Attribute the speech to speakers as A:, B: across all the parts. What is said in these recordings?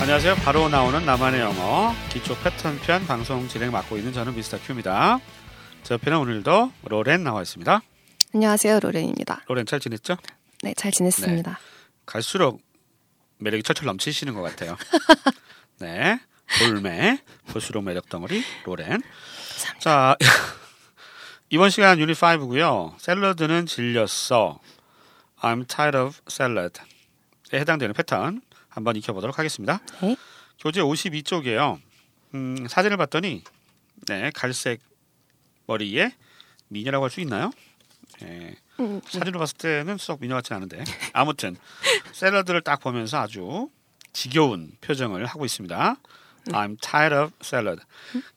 A: 안녕하세요. 바로 나오는 나만의 영어 기초 패턴 편 방송 진행 맡고 있는 저는 미스터 큐입니다. 제 옆에는 오늘도 로렌 나와 있습니다.
B: 안녕하세요, 로렌입니다.
A: 로렌 잘 지냈죠?
B: 네, 잘 지냈습니다.
A: 갈수록 매력이 철철 넘치시는 것 같아요. 네. 볼매, 볼수록 매력 덩어리 로렌. 자, 이번 시간 유닛 5고요. 샐러드는 질렸어. I'm tired of salad. 에 해당되는 패턴 한번 익혀 보도록 하겠습니다.
B: 네.
A: 교재 52쪽이에요. 음, 사진을 봤더니 네, 갈색 머리에 미녀라고 할 수 있나요? 네,
B: 음,
A: 사진으로 봤을 때는 수석 미녀 같진 않은데 아무튼 샐러드를 딱 보면서 아주 지겨운 표정을 하고 있습니다. I'm tired of salad.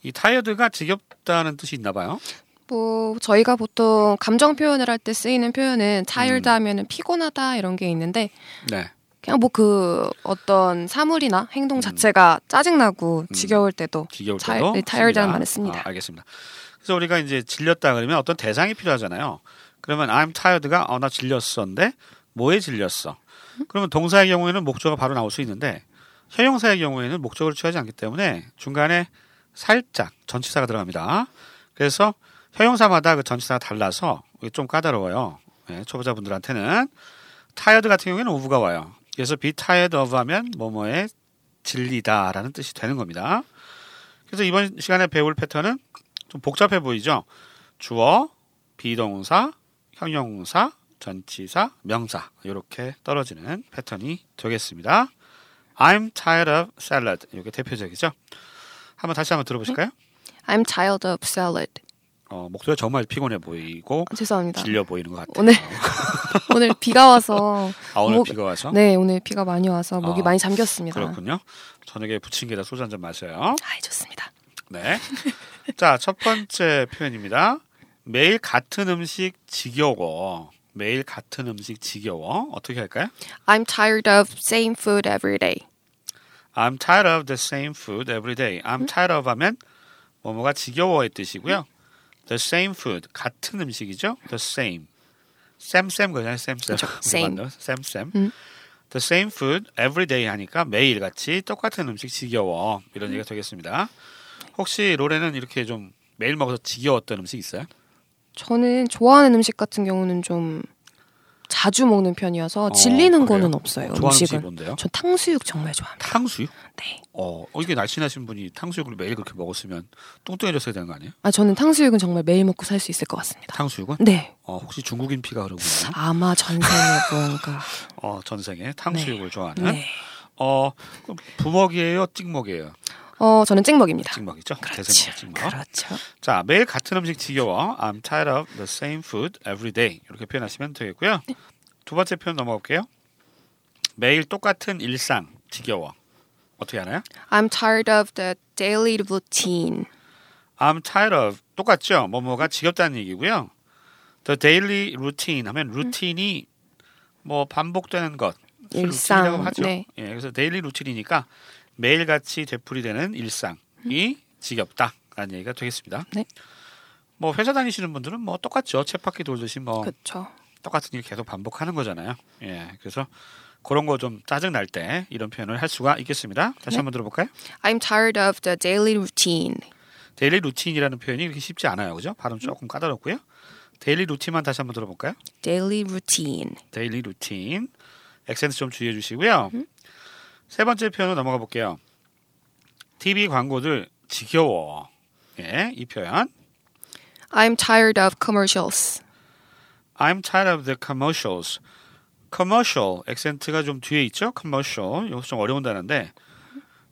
A: 이 tired가 지겹다는 뜻이 있나 봐요.
B: 뭐 저희가 보통 감정 표현을 할 때 쓰이는 표현은 tired
A: 음.
B: 하면은 피곤하다 이런 게 있는데
A: 네.
B: 그냥 뭐 그 어떤 사물이나 행동
A: 음.
B: 자체가 짜증나고 지겨울 때도
A: 지겨울
B: 잘-
A: 때도
B: 네,
A: 씁니다.
B: tired라는 말을 씁니다.
A: 아, 알겠습니다. 그래서 우리가 이제 질렸다 그러면 어떤 대상이 필요하잖아요. 그러면 I'm tired가 어 나 질렸어인데 뭐에 질렸어? 그러면 동사의 경우에는 목적어 바로 나올 수 있는데 형용사의 경우에는 목적어를 취하지 않기 때문에 중간에 살짝 전치사가 들어갑니다. 그래서 형용사마다 그 전치사가 달라서 이게 좀 까다로워요. 예, 초보자분들한테는 tired 같은 경우에는 오브가 와요. 그래서 be tired of 하면 뭐뭐에 질리다라는 뜻이 되는 겁니다. 그래서 이번 시간에 배울 패턴은 좀 복잡해 보이죠. 주어, 비동사, 형용사, 전치사, 명사 이렇게 떨어지는 패턴이 되겠습니다. I'm tired of salad. 이게 대표적이죠. 한번 다시 한번 들어보실까요?
B: 네. I'm tired of salad.
A: 어, 목소리가 정말 피곤해 보이고
B: 아, 죄송합니다.
A: 질려 어. 보이는 것 같아요.
B: 오늘 오늘 비가 와서
A: 아 오늘
B: 목-
A: 비가 와서
B: 네 오늘 비가 많이 와서 목이
A: 아,
B: 많이 잠겼습니다.
A: 그렇군요. 저녁에 부침개다 소주 한 잔 마셔요.
B: 아, 좋습니다.
A: 네. 자, 첫 번째 표현입니다. 매일 같은 음식 지겨워. 매일 같은 음식 지겨워. 어떻게 할까요?
B: I'm tired of same food every day.
A: I'm tired of the same food every day.
B: 음?
A: I'm tired of 하면 뭐뭐가 지겨워의 뜻이고요. The same food 같은 음식이죠. The same. 쌤쌤 거잖아요. 쌤쌤.
B: 그렇죠. same.
A: 맞나요? 쌤쌤.
B: 음.
A: The same food every day 하니까 매일 같이 똑같은 음식 지겨워 이런
B: 음.
A: 얘기가 되겠습니다. 혹시 로레는 이렇게 좀 매일 먹어서 지겨웠던 음식 있어요?
B: 저는 좋아하는 음식 같은 경우는 좀 자주 먹는 편이어서
A: 어, 그래요?
B: 질리는 거는 없어요.
A: 좋아하는 음식이
B: 음식은.
A: 뭔데요?
B: 저 탕수육 정말 좋아합니다.
A: 탕수육?
B: 네.
A: 어, 어, 이게 날씬하신 분이 탕수육을 매일 그렇게 먹었으면 뚱뚱해졌어야 되는 거 아니에요?
B: 아 저는 탕수육은 정말 매일 먹고 살 수 있을 것 같습니다.
A: 탕수육은?
B: 네.
A: 어, 혹시 중국인 피가 흐르고 있나요?
B: 아마 전생에 뭔가.
A: 어, 전생에 탕수육을 좋아하는?
B: 네.
A: 어, 그럼 부먹이에요? 찍먹이에요?
B: 어 저는 찍먹입니다.
A: 찍먹이죠?
B: 그렇죠.
A: 대세먹, 찍먹.
B: 그렇죠.
A: 자, 매일 같은 음식 지겨워. I'm tired of the same food every day. 이렇게 표현하시면 되겠고요.
B: 네.
A: 두 번째 표현 넘어갈게요. 매일 똑같은 일상 지겨워. 어떻게 하나요?
B: I'm tired of the daily routine.
A: I'm tired of 똑같죠. 뭐뭐가 지겹다는 얘기고요. The daily routine 하면
B: 음.
A: 루틴이 뭐 반복되는 것 그래서
B: 일상,
A: 루틴이라고 하죠.
B: 네.
A: 예, 그래서 데일리 루틴이니까 매일 같이 되풀이되는 일상이 지겹다라는 얘기가 되겠습니다.
B: 음. 네.
A: 뭐 회사 다니시는 분들은 뭐 똑같죠. 쳇바퀴 돌듯이 뭐
B: 그렇죠.
A: 똑같은 일 계속 반복하는 거잖아요. 예, 그래서 그런 거 좀 짜증 날 때 이런 표현을 할 수가 있겠습니다. 다시
B: 네.
A: 한번 들어볼까요?
B: I'm tired of the daily routine.
A: 데일리 루틴이라는 표현이 그렇게 쉽지 않아요. 그죠? 발음 조금 까다롭고요. 데일리 루틴만 다시 한번 들어볼까요?
B: Daily routine.
A: 데일리 루틴. 액센트 좀 주의해 주시고요. 세 번째 표현으로 넘어가 볼게요. TV 광고들 지겨워. 예, 이 표현.
B: I'm tired of commercials.
A: I'm tired of the commercials. commercial 액센트가 좀 뒤에 있죠? commercial. 이것도 좀 어려운 단어인데.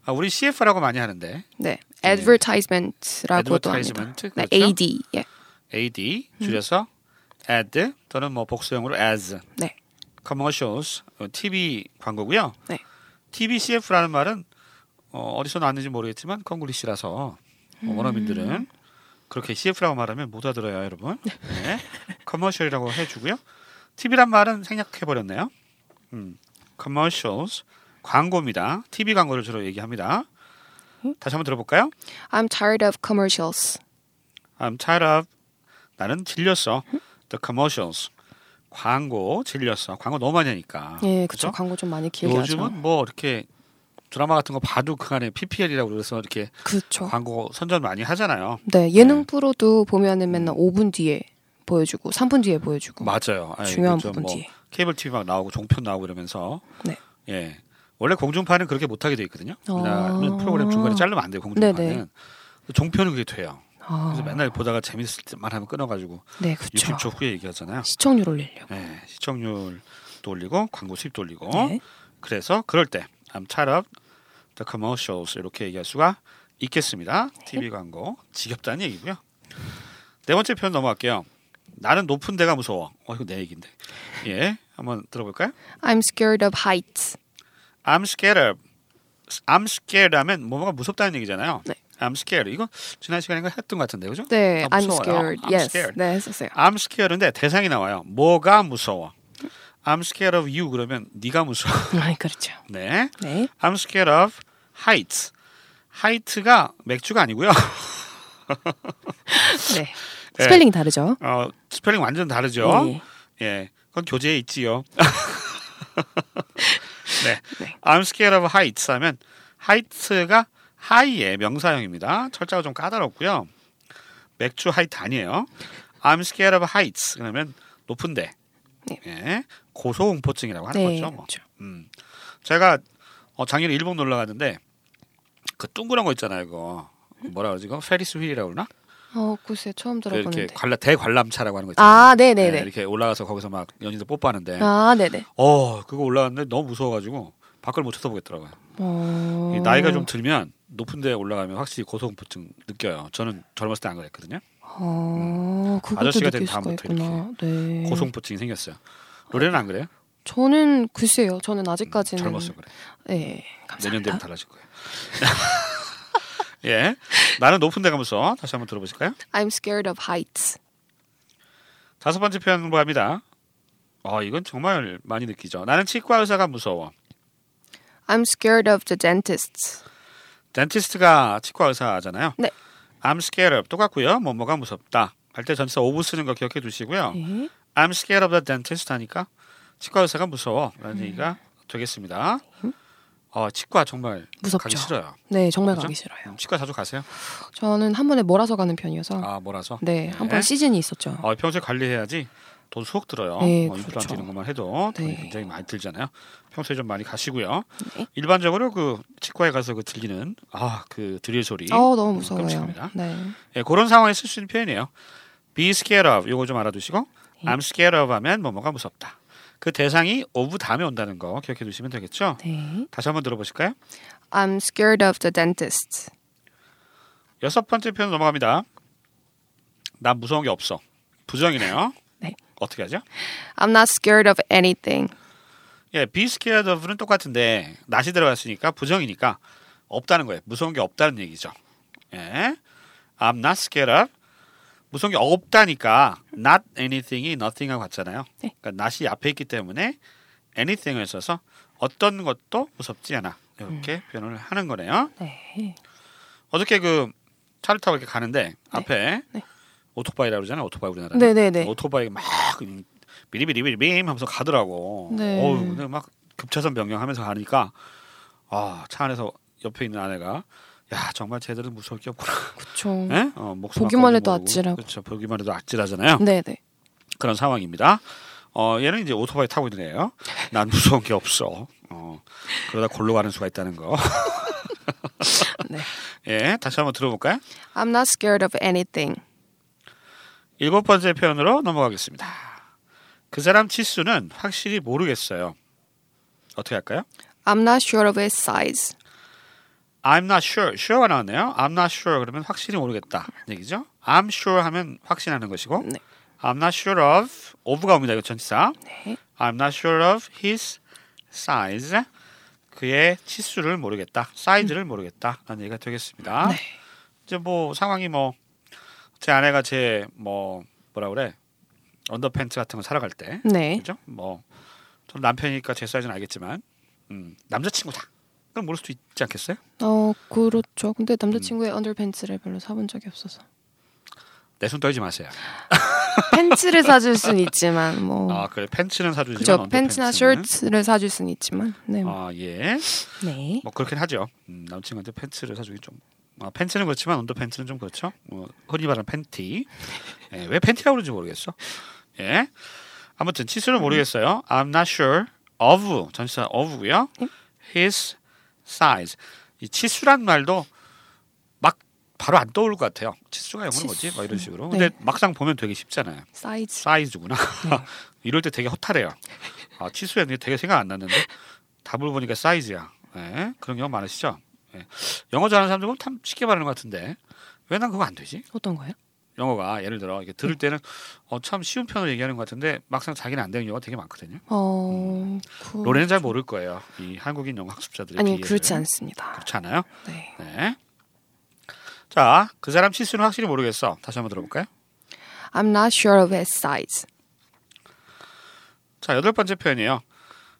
A: 아, 우리 CF라고 많이 하는데
B: 네. advertisement라고도 합니다.
A: advertisement
B: 네,
A: 그렇죠?
B: AD. 예.
A: AD 줄여서 ad 또는 뭐 복수형으로 as.
B: 네.
A: commercials 어, TV 광고고요.
B: 네.
A: TV CF라는 말은 어, 어디서 나왔는지 모르겠지만 콩글리시라서 어,
B: 음.
A: 원어민들은 그렇게 CF라고 말하면 못 알아들어요, 여러분. 네. 커머셜이라고 해주고요. TV란 말은 생략해 버렸네요. 음, commercials 광고입니다. TV 광고를 주로 얘기합니다.
B: 음?
A: 다시 한번 들어볼까요?
B: I'm tired of commercials.
A: I'm tired of 나는 질렸어. The commercials 광고 질렸어. 광고 너무 많이 하니까.
B: 예,
A: 아, 그쵸?
B: 그렇죠. 광고 좀 많이 길게 하죠.
A: 요즘은 뭐 이렇게 드라마 같은 거 봐도 그 안에 PPL이라고 그래서 이렇게
B: 그렇죠.
A: 광고 선전 많이 하잖아요.
B: 네, 예능
A: 네.
B: 프로도 보면은 맨날 5분 뒤에 보여주고 3분 뒤에 보여주고
A: 맞아요. 아니,
B: 중요한
A: 그죠.
B: 부분
A: 뭐
B: 뒤에.
A: 케이블 TV 막 나오고 종편 나오고 이러면서
B: 네.
A: 예 원래 공중파는 그렇게 못하게 돼 있거든요.
B: 아.
A: 왜냐하면 프로그램 중간에 자르면 안 돼요. 공중파는
B: 네네.
A: 종편은 그게 돼요.
B: 아,
A: 그래서 맨날 보다가 재밌을 때만 하면 끊어가지고
B: 네, 그렇죠.
A: 60초 후에 얘기하잖아요.
B: 시청률 올리려고.
A: 예, 시청률도 올리고 광고 수입도 올리고
B: 네.
A: 그래서 그럴 때 I'm tired of the commercials 이렇게 얘기할 수가 있겠습니다.
B: 네.
A: TV 광고 지겹다는 얘기고요. 네 번째 표현 넘어갈게요. 나는 높은 데가 무서워. 어 이거 내 얘긴데. 예, 한번 들어볼까요?
B: I'm scared of heights.
A: I'm scared of. I'm scared 하면 뭐가 무섭다는 얘기잖아요.
B: 네.
A: I'm scared. 이거 지난 시간인가 했던 것 같은데 그죠?
B: 네,
A: 아,
B: I'm
A: 무서워요.
B: scared.
A: I'm
B: yes.
A: scared.
B: 네, 했었어요.
A: I'm scared인데 대상이 나와요. 뭐가 무서워? I'm scared of you 그러면 네가 무서워.
B: 아, 그렇죠.
A: 네.
B: 네.
A: I'm scared of heights. 하이트가 맥주가 아니고요.
B: 네. 스펠링이 다르죠?
A: 어, 스펠링 완전 다르죠.
B: 네.
A: 예. 그건 교재에 있지요. 네.
B: 네.
A: I'm scared of heights 하면 하이트가 하이의 명사형입니다. 철자가 좀 까다롭고요. 맥주 하이트 아니에요. I'm scared of heights 그러면 높은데.
B: 네.
A: 예. 고소공포증이라고 하는
B: 네.
A: 거죠. 뭐.
B: 그렇죠.
A: 음. 제가 어, 작년에 일본 놀러 갔는데 그 둥그런 거 있잖아요. 그거 뭐라 그러지? 그거 페리스 휠이라고 그러나?
B: 어, 글쎄 처음
A: 그 이렇게
B: 들어보는데.
A: 관람 대관람차라고 하는 거 있잖아요.
B: 아, 네, 네,
A: 네,
B: 네.
A: 이렇게 올라가서 거기서 막 연인들 뽀뽀하는데
B: 아, 네, 네.
A: 어 그거 올라갔는데 너무 무서워가지고 밖을 못 쳐다보겠더라고요.
B: 어.
A: 이 나이가 좀 들면 높은데 올라가면 확실히 고소공포증 느껴요. 저는 젊었을 때 안 그랬거든요.
B: 어, 그것도
A: 음. 아저씨가 된
B: 느낄 수가
A: 다음부터
B: 있구나. 네.
A: 고소공포증이 생겼어요. 노래는 안 그래요?
B: 저는 글쎄요. 저는 아직까지는
A: 젊었어 그래.
B: 네.
A: 음. 내년 되면
B: 감사합니다.
A: 달라질 거예요. 예, 나는 높은 데 가면서 다시 한번 들어보실까요?
B: I'm scared of heights.
A: 다섯 번째 표현 공부합니다. 어, 이건 정말 많이 느끼죠. 나는 치과 의사가 무서워.
B: I'm scared of the dentist.
A: 덴티스트가 치과 의사잖아요.
B: 네.
A: I'm scared of 똑같고요. 뭐 뭐가 무섭다. 할 때 전치사 오브 쓰는 거 기억해 두시고요.
B: 네.
A: I'm scared of the dentist 하니까 치과 의사가 무서워라는
B: 음.
A: 얘기가 되겠습니다. 어, 치과 정말 가기
B: 무섭죠.
A: 싫어요.
B: 네, 정말
A: 그죠?
B: 가기 싫어요.
A: 치과 자주 가세요?
B: 저는 한 번에 몰아서 가는 편이어서
A: 아, 뭐라서?
B: 네, 한 번
A: 네.
B: 시즌이 있었죠.
A: 어, 평소에 관리해야지 돈 수억 들어요.
B: 네,
A: 어, 임플란트
B: 그렇죠.
A: 이런 것만 해도 돈이
B: 네.
A: 굉장히 많이 들잖아요. 평소에 좀 많이 가시고요.
B: 네.
A: 일반적으로 그 치과에 가서 그 들리는 아 그 드릴 소리
B: 어, 너무
A: 음,
B: 무서워요.
A: 끔찍합니다.
B: 네.
A: 예, 그런 상황에 쓸 수 있는 표현이에요. Be scared of 요거 좀 알아두시고
B: 네.
A: I'm scared of 하면 뭐뭐가 무섭다. 그 대상이 오브 다음에 온다는 거 기억해 두시면 되겠죠.
B: 네.
A: 다시 한번 들어보실까요?
B: I'm scared of the dentist.
A: 여섯 번째 표현 넘어갑니다. 나 무서운 게 없어. 부정이네요.
B: 네.
A: 어떻게 하죠?
B: I'm not scared of anything.
A: 예, be scared of는 똑같은데 낫이 들어갔으니까 부정이니까 없다는 거예요. 무서운 게 없다는 얘기죠. 예, I'm not scared of 무서운 게 없다니까 not anything이 nothing하고 같잖아요.
B: 네.
A: 그러니까 not이 앞에 있기 때문에 anything을 써서 어떤 것도 무섭지 않아 이렇게
B: 음.
A: 표현을 하는 거네요.
B: 네.
A: 어저께 그 차를 타고 이렇게 가는데 앞에
B: 네.
A: 오토바이라고 그러잖아요. 오토바이 우리나라.
B: 네, 네, 네.
A: 오토바이 막 비리비리비리빔 하면서 가더라고.
B: 네.
A: 어우, 근데 막 급차선 변경하면서 가니까 아, 차 안에서 옆에 있는 아내가 야, 정말 쟤들은 무서울 게 없구나.
B: 그쵸.
A: 예? 어, 목숨
B: 음. 보기만
A: 아까운지
B: 해도
A: 모르고.
B: 아찔하고.
A: 그렇죠. 보기만 해도 아찔하잖아요.
B: 네, 네.
A: 그런 상황입니다. 어, 얘는 이제 오토바이 타고 있는 애예요. 난 무서운 게 없어. 어, 그러다 골로 가는 수가 있다는 거.
B: 네.
A: 예, 다시 한번 들어볼까요?
B: I'm not scared of anything.
A: 일곱 번째 표현으로 넘어가겠습니다. 그 사람 치수는 확실히 모르겠어요. 어떻게 할까요?
B: I'm not sure of its size.
A: I'm not sure. sure가 나왔네요. I'm not sure 그러면 확실히 모르겠다 얘기죠. I'm sure 하면 확신하는 것이고
B: 네.
A: I'm not sure of of가 옵니다. 이거 전치사.
B: 네.
A: I'm not sure of his size. 그의 치수를 모르겠다. 사이즈를 모르겠다. 라는 얘기가 되겠습니다.
B: 네.
A: 이제 뭐 상황이 뭐 제 아내가 제 뭐 뭐라 그래? 언더팬츠 같은 거 사러 갈때
B: 네.
A: 그죠? 뭐, 전 남편이니까 제 사이즈는 알겠지만, 음, 남자친구다. 그럼 모를 수도 있지 않겠어요?
B: 어, 그렇죠.
A: 음.
B: 근데 남자친구의 언더팬츠를 별로 사본 적이 없어서.
A: 내 손 떨지 마세요.
B: 팬츠를 사줄 순 있지만 뭐
A: 아 그래 팬츠는 사주지만
B: 그죠
A: 언더
B: 팬츠나
A: 팬츠는?
B: 셔츠를 사줄 순 있지만 네.
A: 아 예.
B: 네.
A: 뭐 그렇긴 하죠. 음, 남친한테 팬츠를 사주기 좀. 아, 팬츠는 그렇지만 언더 팬츠는 좀 그렇죠. 뭐, 흔히 말하는 팬티. 예, 왜 팬티라고 그러는지 모르겠어. 예. 아무튼 치수는 모르겠어요. I'm not sure of 전치사 of고요. His size. 이 치수란 말도 막 바로 안 떠오를 것 같아요. 치수가 영어는 뭐지? 막 이런 식으로. 근데
B: 네.
A: 막상 보면 되게 쉽잖아요.
B: 사이즈.
A: 사이즈구나. 이럴 때 되게 허탈해요. 아, 치수였는데 되게 생각 안 났는데 답을 보니까 사이즈야. 예, 그런 경우 많으시죠? 예. 영어 잘하는 사람들 보면 참 쉽게 말하는 것 같은데 왜 난 그거 안 되지?
B: 어떤 거요?
A: 영어가 예를 들어 이렇게 들을 때는 어, 참 쉬운 편으로 얘기하는 것 같은데 막상 자기는 안 되는 경우가 되게 많거든요.
B: 어. 그...
A: 음. 로렌은 잘 모를 거예요. 이 한국인 영어 학습자들의
B: 아니
A: 비애를.
B: 그렇지 않습니다.
A: 그렇지 않아요?
B: 네.
A: 네. 자, 그 사람 치수는 확실히 모르겠어. 다시 한번 들어볼까요?
B: I'm not sure of his size.
A: 자 여덟 번째 표현이에요.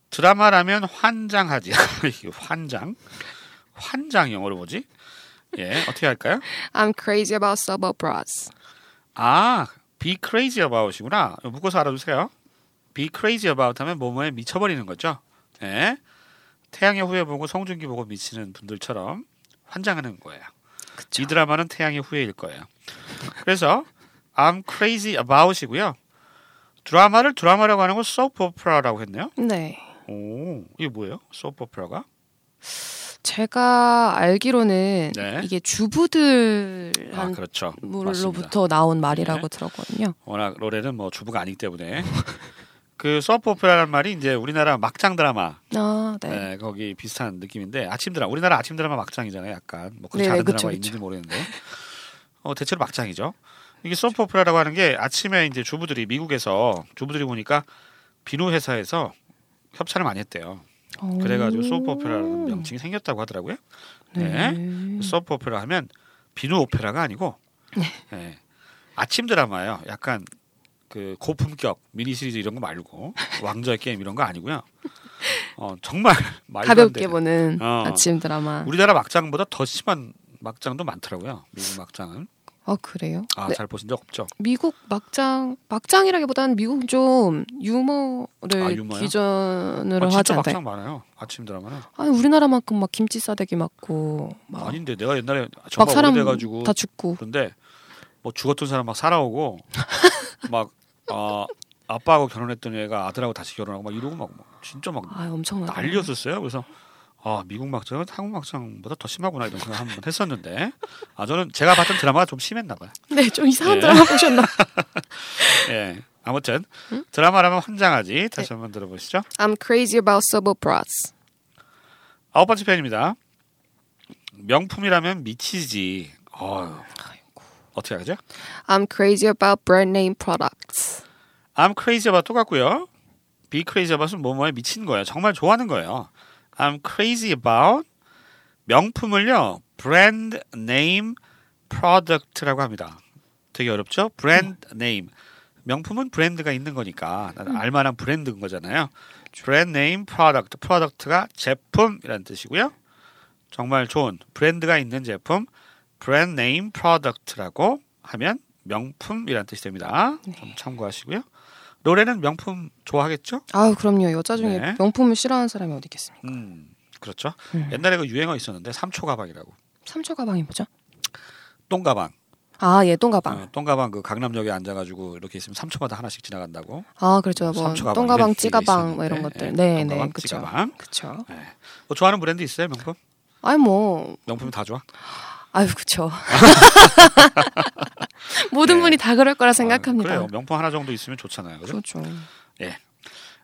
A: 드라마라면 환장하지. 이거 환장? 환장 영어로 뭐지? 예 어떻게 할까요?
B: I'm crazy about sober bras.
A: 아 be crazy about이구나. 이거 묶어서 알아두세요. be crazy about 하면 뭐뭐에 미쳐버리는 거죠. 예 태양의 후예 보고 성준기 보고 미치는 분들처럼 환장하는 거예요.
B: 그쵸.
A: 이 드라마는 태양의 후예일 거예요. 그래서 I'm crazy about이고요. 드라마를 드라마라고 하는 건 soap opera라고 했네요.
B: 네.
A: 오, 이게 뭐예요? 소프오페라가?
B: 제가 알기로는
A: 네.
B: 이게 네. 주부들한물로부터
A: 아, 그렇죠. 맞습니다. 네.
B: 나온 말이라고 들었거든요.
A: 워낙 로렌은 뭐 주부가 아니기 때문에 그 소프오페라는 말이 이제 우리나라 막장 드라마
B: 아, 네.
A: 예, 거기 비슷한 느낌인데 아침 드라마 우리나라 아침 드라마 막장이잖아요. 약간 뭐 그렇지
B: 네네,
A: 않은
B: 그쵸,
A: 드라마
B: 그쵸.
A: 있는지 모르겠는데 어, 대체로 막장이죠. 이게 소프오페라라고 하는 게 아침에 이제 주부들이 미국에서 주부들이 보니까 비누 회사에서 협찬을 많이 했대요. 그래가지고
B: 음.
A: 소프오페라라는 명칭이 생겼다고 하더라고요. 네. 서브 오페라 하면 비누 오페라가 아니고
B: 네.
A: 예, 아침 드라마예요. 약간 그 고품격 미니 시리즈 이런 거 말고 왕좌의 게임 이런 거 아니고요. 어, 정말 말도 안
B: 가볍게 뭐.
A: 되는.
B: 보는
A: 어.
B: 아침 드라마.
A: 우리나라 막장보다 더 심한 막장도 많더라고요. 미국 막장은
B: 아 그래요?
A: 아,
B: 네,
A: 잘 보신 적 없죠?
B: 미국 막장 막장이라기보다는 미국 좀 유머를
A: 아, 유머요?
B: 기준으로
A: 아, 진짜
B: 하잖아요.
A: 막장 많아요. 아침 드라마는
B: 아니 우리나라만큼 막 김치 싸대기 맞고 막,
A: 아닌데 내가 옛날에
B: 막
A: 정말
B: 사람
A: 오래돼가지고
B: 다 죽고
A: 그런데 뭐 죽었던 사람 막 살아오고 막 아, 아빠하고 결혼했던 애가 아들하고 다시 결혼하고 막 이러고 막, 막 진짜 막
B: 아 엄청나.
A: 난리였었어요. 그래서 아 미국 막장은 한국 막장보다 더 심하구나 이런 생각 한번 했었는데 아 저는 제가 봤던 드라마가 좀 심했나 봐요.
B: 네, 좀 이상한
A: 예.
B: 드라마 보셨나?
A: 예. 아무튼 드라마라면 환장하지. 다시 한번 들어보시죠.
B: I'm crazy about sober bras.
A: 아홉 번째 편입니다. 명품이라면 미치지. 어 어떻게 하죠?
B: I'm crazy about brand name products.
A: I'm crazy about 똑같고요. Be crazy about은 뭐뭐에 미친 거예요. 정말 좋아하는 거예요. I'm crazy about 명품을요. brand name product라고 합니다. 되게 어렵죠? brand name. 명품은 브랜드가 있는 거니까 나는 알만한 브랜드인 거잖아요. brand name product. product가 제품이라는 뜻이고요. 정말 좋은 브랜드가 있는 제품 brand name product라고 하면 명품이라는 뜻이 됩니다. 좀 참고하시고요. 노래는 명품 좋아하겠죠?
B: 아, 그럼요. 여자 중에
A: 네.
B: 명품을 싫어하는 사람이 어디 있겠습니까?
A: 음, 그렇죠.
B: 네.
A: 옛날에 그 유행어 있었는데 삼초 가방이라고.
B: 삼초 가방이 뭐죠?
A: 똥 가방.
B: 아, 예, 똥가방.
A: 어, 똥 가방 그 강남역에 앉아가지고 이렇게 있으면 3초마다 하나씩 지나간다고.
B: 아, 그렇죠. 뭐
A: 삼초 가방,
B: 똥가방,
A: 이런
B: 찌가방
A: 얘기
B: 뭐 이런
A: 있었는데.
B: 것들.
A: 예,
B: 네, 네.
A: 똥가방,
B: 그렇죠.
A: 찌가방.
B: 그렇죠.
A: 뭐 좋아하는 브랜드 있어요, 명품?
B: 아니 뭐
A: 명품이 다 좋아.
B: 아유, 그렇죠. 모든
A: 네.
B: 분이 다 그럴 거라 생각합니다.
A: 아, 그래요. 명품 하나 정도 있으면 좋잖아요. 그죠?
B: 그렇죠.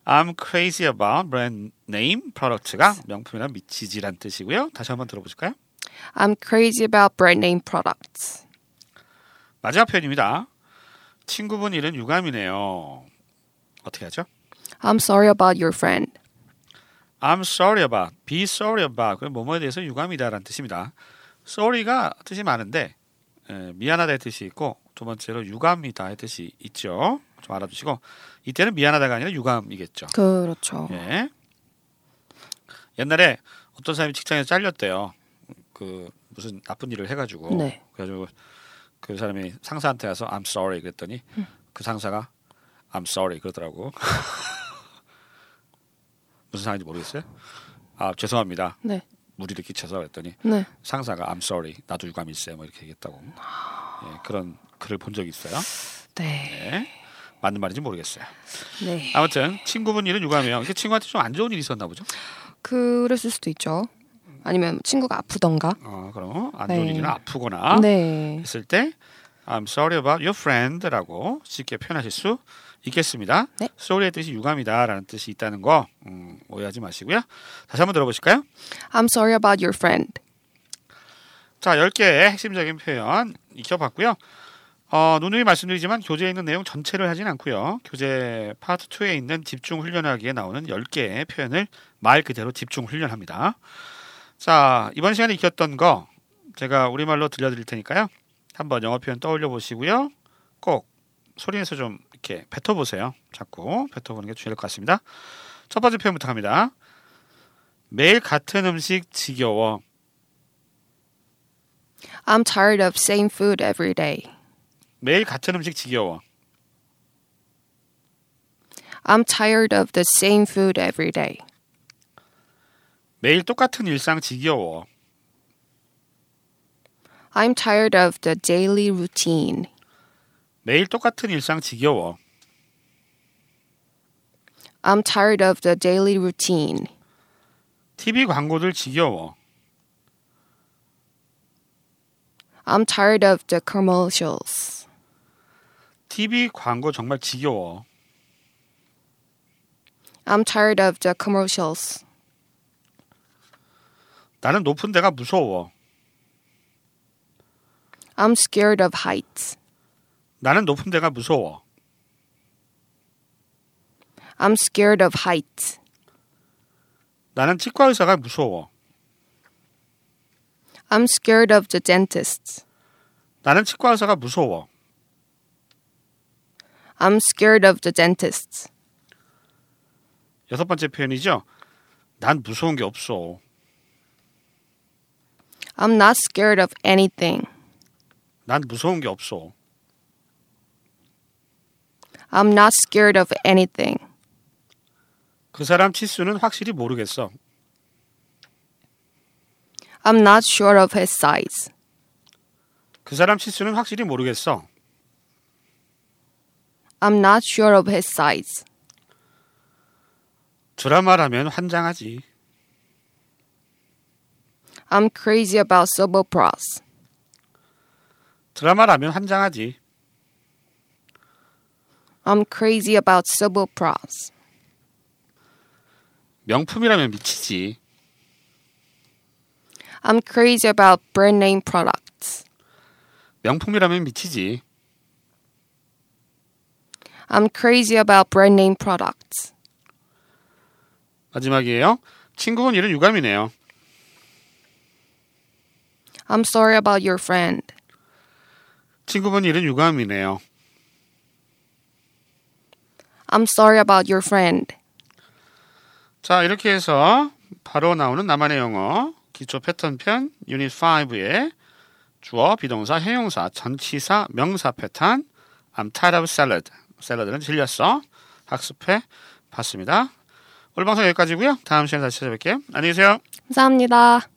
A: I'm crazy about brand name product가 명품이나 미치지란 뜻이고요. 다시 한번 들어보실까요?
B: I'm crazy about brand name products.
A: 마지막 표현입니다. 친구분 일은 유감이네요. 어떻게 하죠?
B: I'm sorry about your friend.
A: I'm sorry about, be sorry about. 그 뭐뭐에 대해서 유감이다라는 뜻입니다. Sorry가 뜻이 많은데 에, 미안하다의 뜻이 있고 두 번째로 유감이다의 뜻이 있죠. 좀 알아두시고 이때는 미안하다가 아니라 유감이겠죠.
B: 그렇죠.
A: 예. 옛날에 어떤 사람이 직장에서 잘렸대요. 그 무슨 나쁜 일을 해가지고
B: 네.
A: 그래가지고 그 사람이 상사한테 가서 I'm sorry 그랬더니 그 상사가 I'm sorry 그러더라고. 무슨 상인지 모르겠어요. 아 죄송합니다.
B: 네.
A: 무리를 끼쳐서 그랬더니
B: 네.
A: 상사가 I'm sorry 나도 유감일세 뭐 이렇게 얘기했다고. 예, 그런 글을 본 적이 있어요.
B: 네.
A: 예. 맞는 말인지 모르겠어요.
B: 네.
A: 아무튼 친구분 일은 유감이에요. 이게 친구한테 좀 안 좋은 일이 있었나 보죠.
B: 그랬을 수도 있죠. 아니면 친구가 아프던가.
A: 어, 그럼 안 좋은
B: 네.
A: 일이나 아프거나
B: 네.
A: 했을 때 I'm sorry about your friend라고 쉽게 표현하실 수 있겠습니다.
B: 네.
A: sorry의 뜻이 유감이다라는 뜻이 있다는 거 음, 오해하지 마시고요. 다시 한번 들어보실까요?
B: I'm sorry about your friend.
A: 자, 10개의 핵심적인 표현 익혀봤고요. 어, 누누이 말씀드리지만 교재에 있는 내용 전체를 하진 않고요. 교재 파트 2에 있는 집중 훈련하기에 나오는 10개의 표현을 말 그대로 집중 훈련합니다. 자, 이번 시간에 익혔던 거 제가 우리말로 들려드릴 테니까요. 한번 영어 표현 떠올려 보시고요. 꼭 소리에서 좀 이렇게 뱉어보세요. 자꾸 뱉어보는 게 중요할 것 같습니다. 첫 번째 표현부터 갑니다. 매일 같은 음식 지겨워.
B: I'm tired of same food every day.
A: 매일 같은 음식 지겨워.
B: I'm tired of the same food every day.
A: 매일 똑같은 일상 지겨워.
B: I'm tired of the daily routine.
A: 매일 똑같은 일상 지겨워.
B: I'm tired of the daily routine.
A: TV 광고들 지겨워.
B: I'm tired of the commercials.
A: TV 광고 정말 지겨워.
B: I'm tired of the commercials.
A: 나는 높은 데가 무서워.
B: I'm scared of heights.
A: 나는 높은 데가 무서워.
B: I'm scared of heights.
A: 나는 치과 의사가 무서워.
B: I'm scared of the dentist.
A: 나는 치과 의사가 무서워.
B: I'm scared of the dentist.
A: 여섯 번째 표현이죠. 난 무서운 게 없어.
B: I'm not scared of anything.
A: 난 무서운 게 없어.
B: I'm not scared of anything.
A: 그 사람 치수는 확실히 모르겠어.
B: I'm not sure of his size.
A: 그 사람 치수는 확실히 모르겠어.
B: I'm not sure of his size.
A: 드라마라면 환장하지.
B: I'm crazy about soap operas.
A: 드라마라면 환장하지.
B: I'm crazy about soap operas.
A: 명품이라면 미치지.
B: I'm crazy about brand name products.
A: 명품이라면 미치지.
B: I'm crazy about brand name products.
A: 마지막이에요. 친구분 일은 유감이네요.
B: I'm sorry about your friend.
A: 친구분 일은 유감이네요.
B: I'm sorry about your friend.
A: 자, 이렇게 해서 바로 나오는 나만의 영어 기초 패턴 편 유닛 5의 주어, 비동사, 형용사, 전치사, 명사 패턴 I'm tired of salad. 샐러드는 질렸어. 학습해 봤습니다. 오늘 방송 여기까지고요. 다음 시간에 다시 찾아뵐게요. 안녕히 계세요.
B: 감사합니다.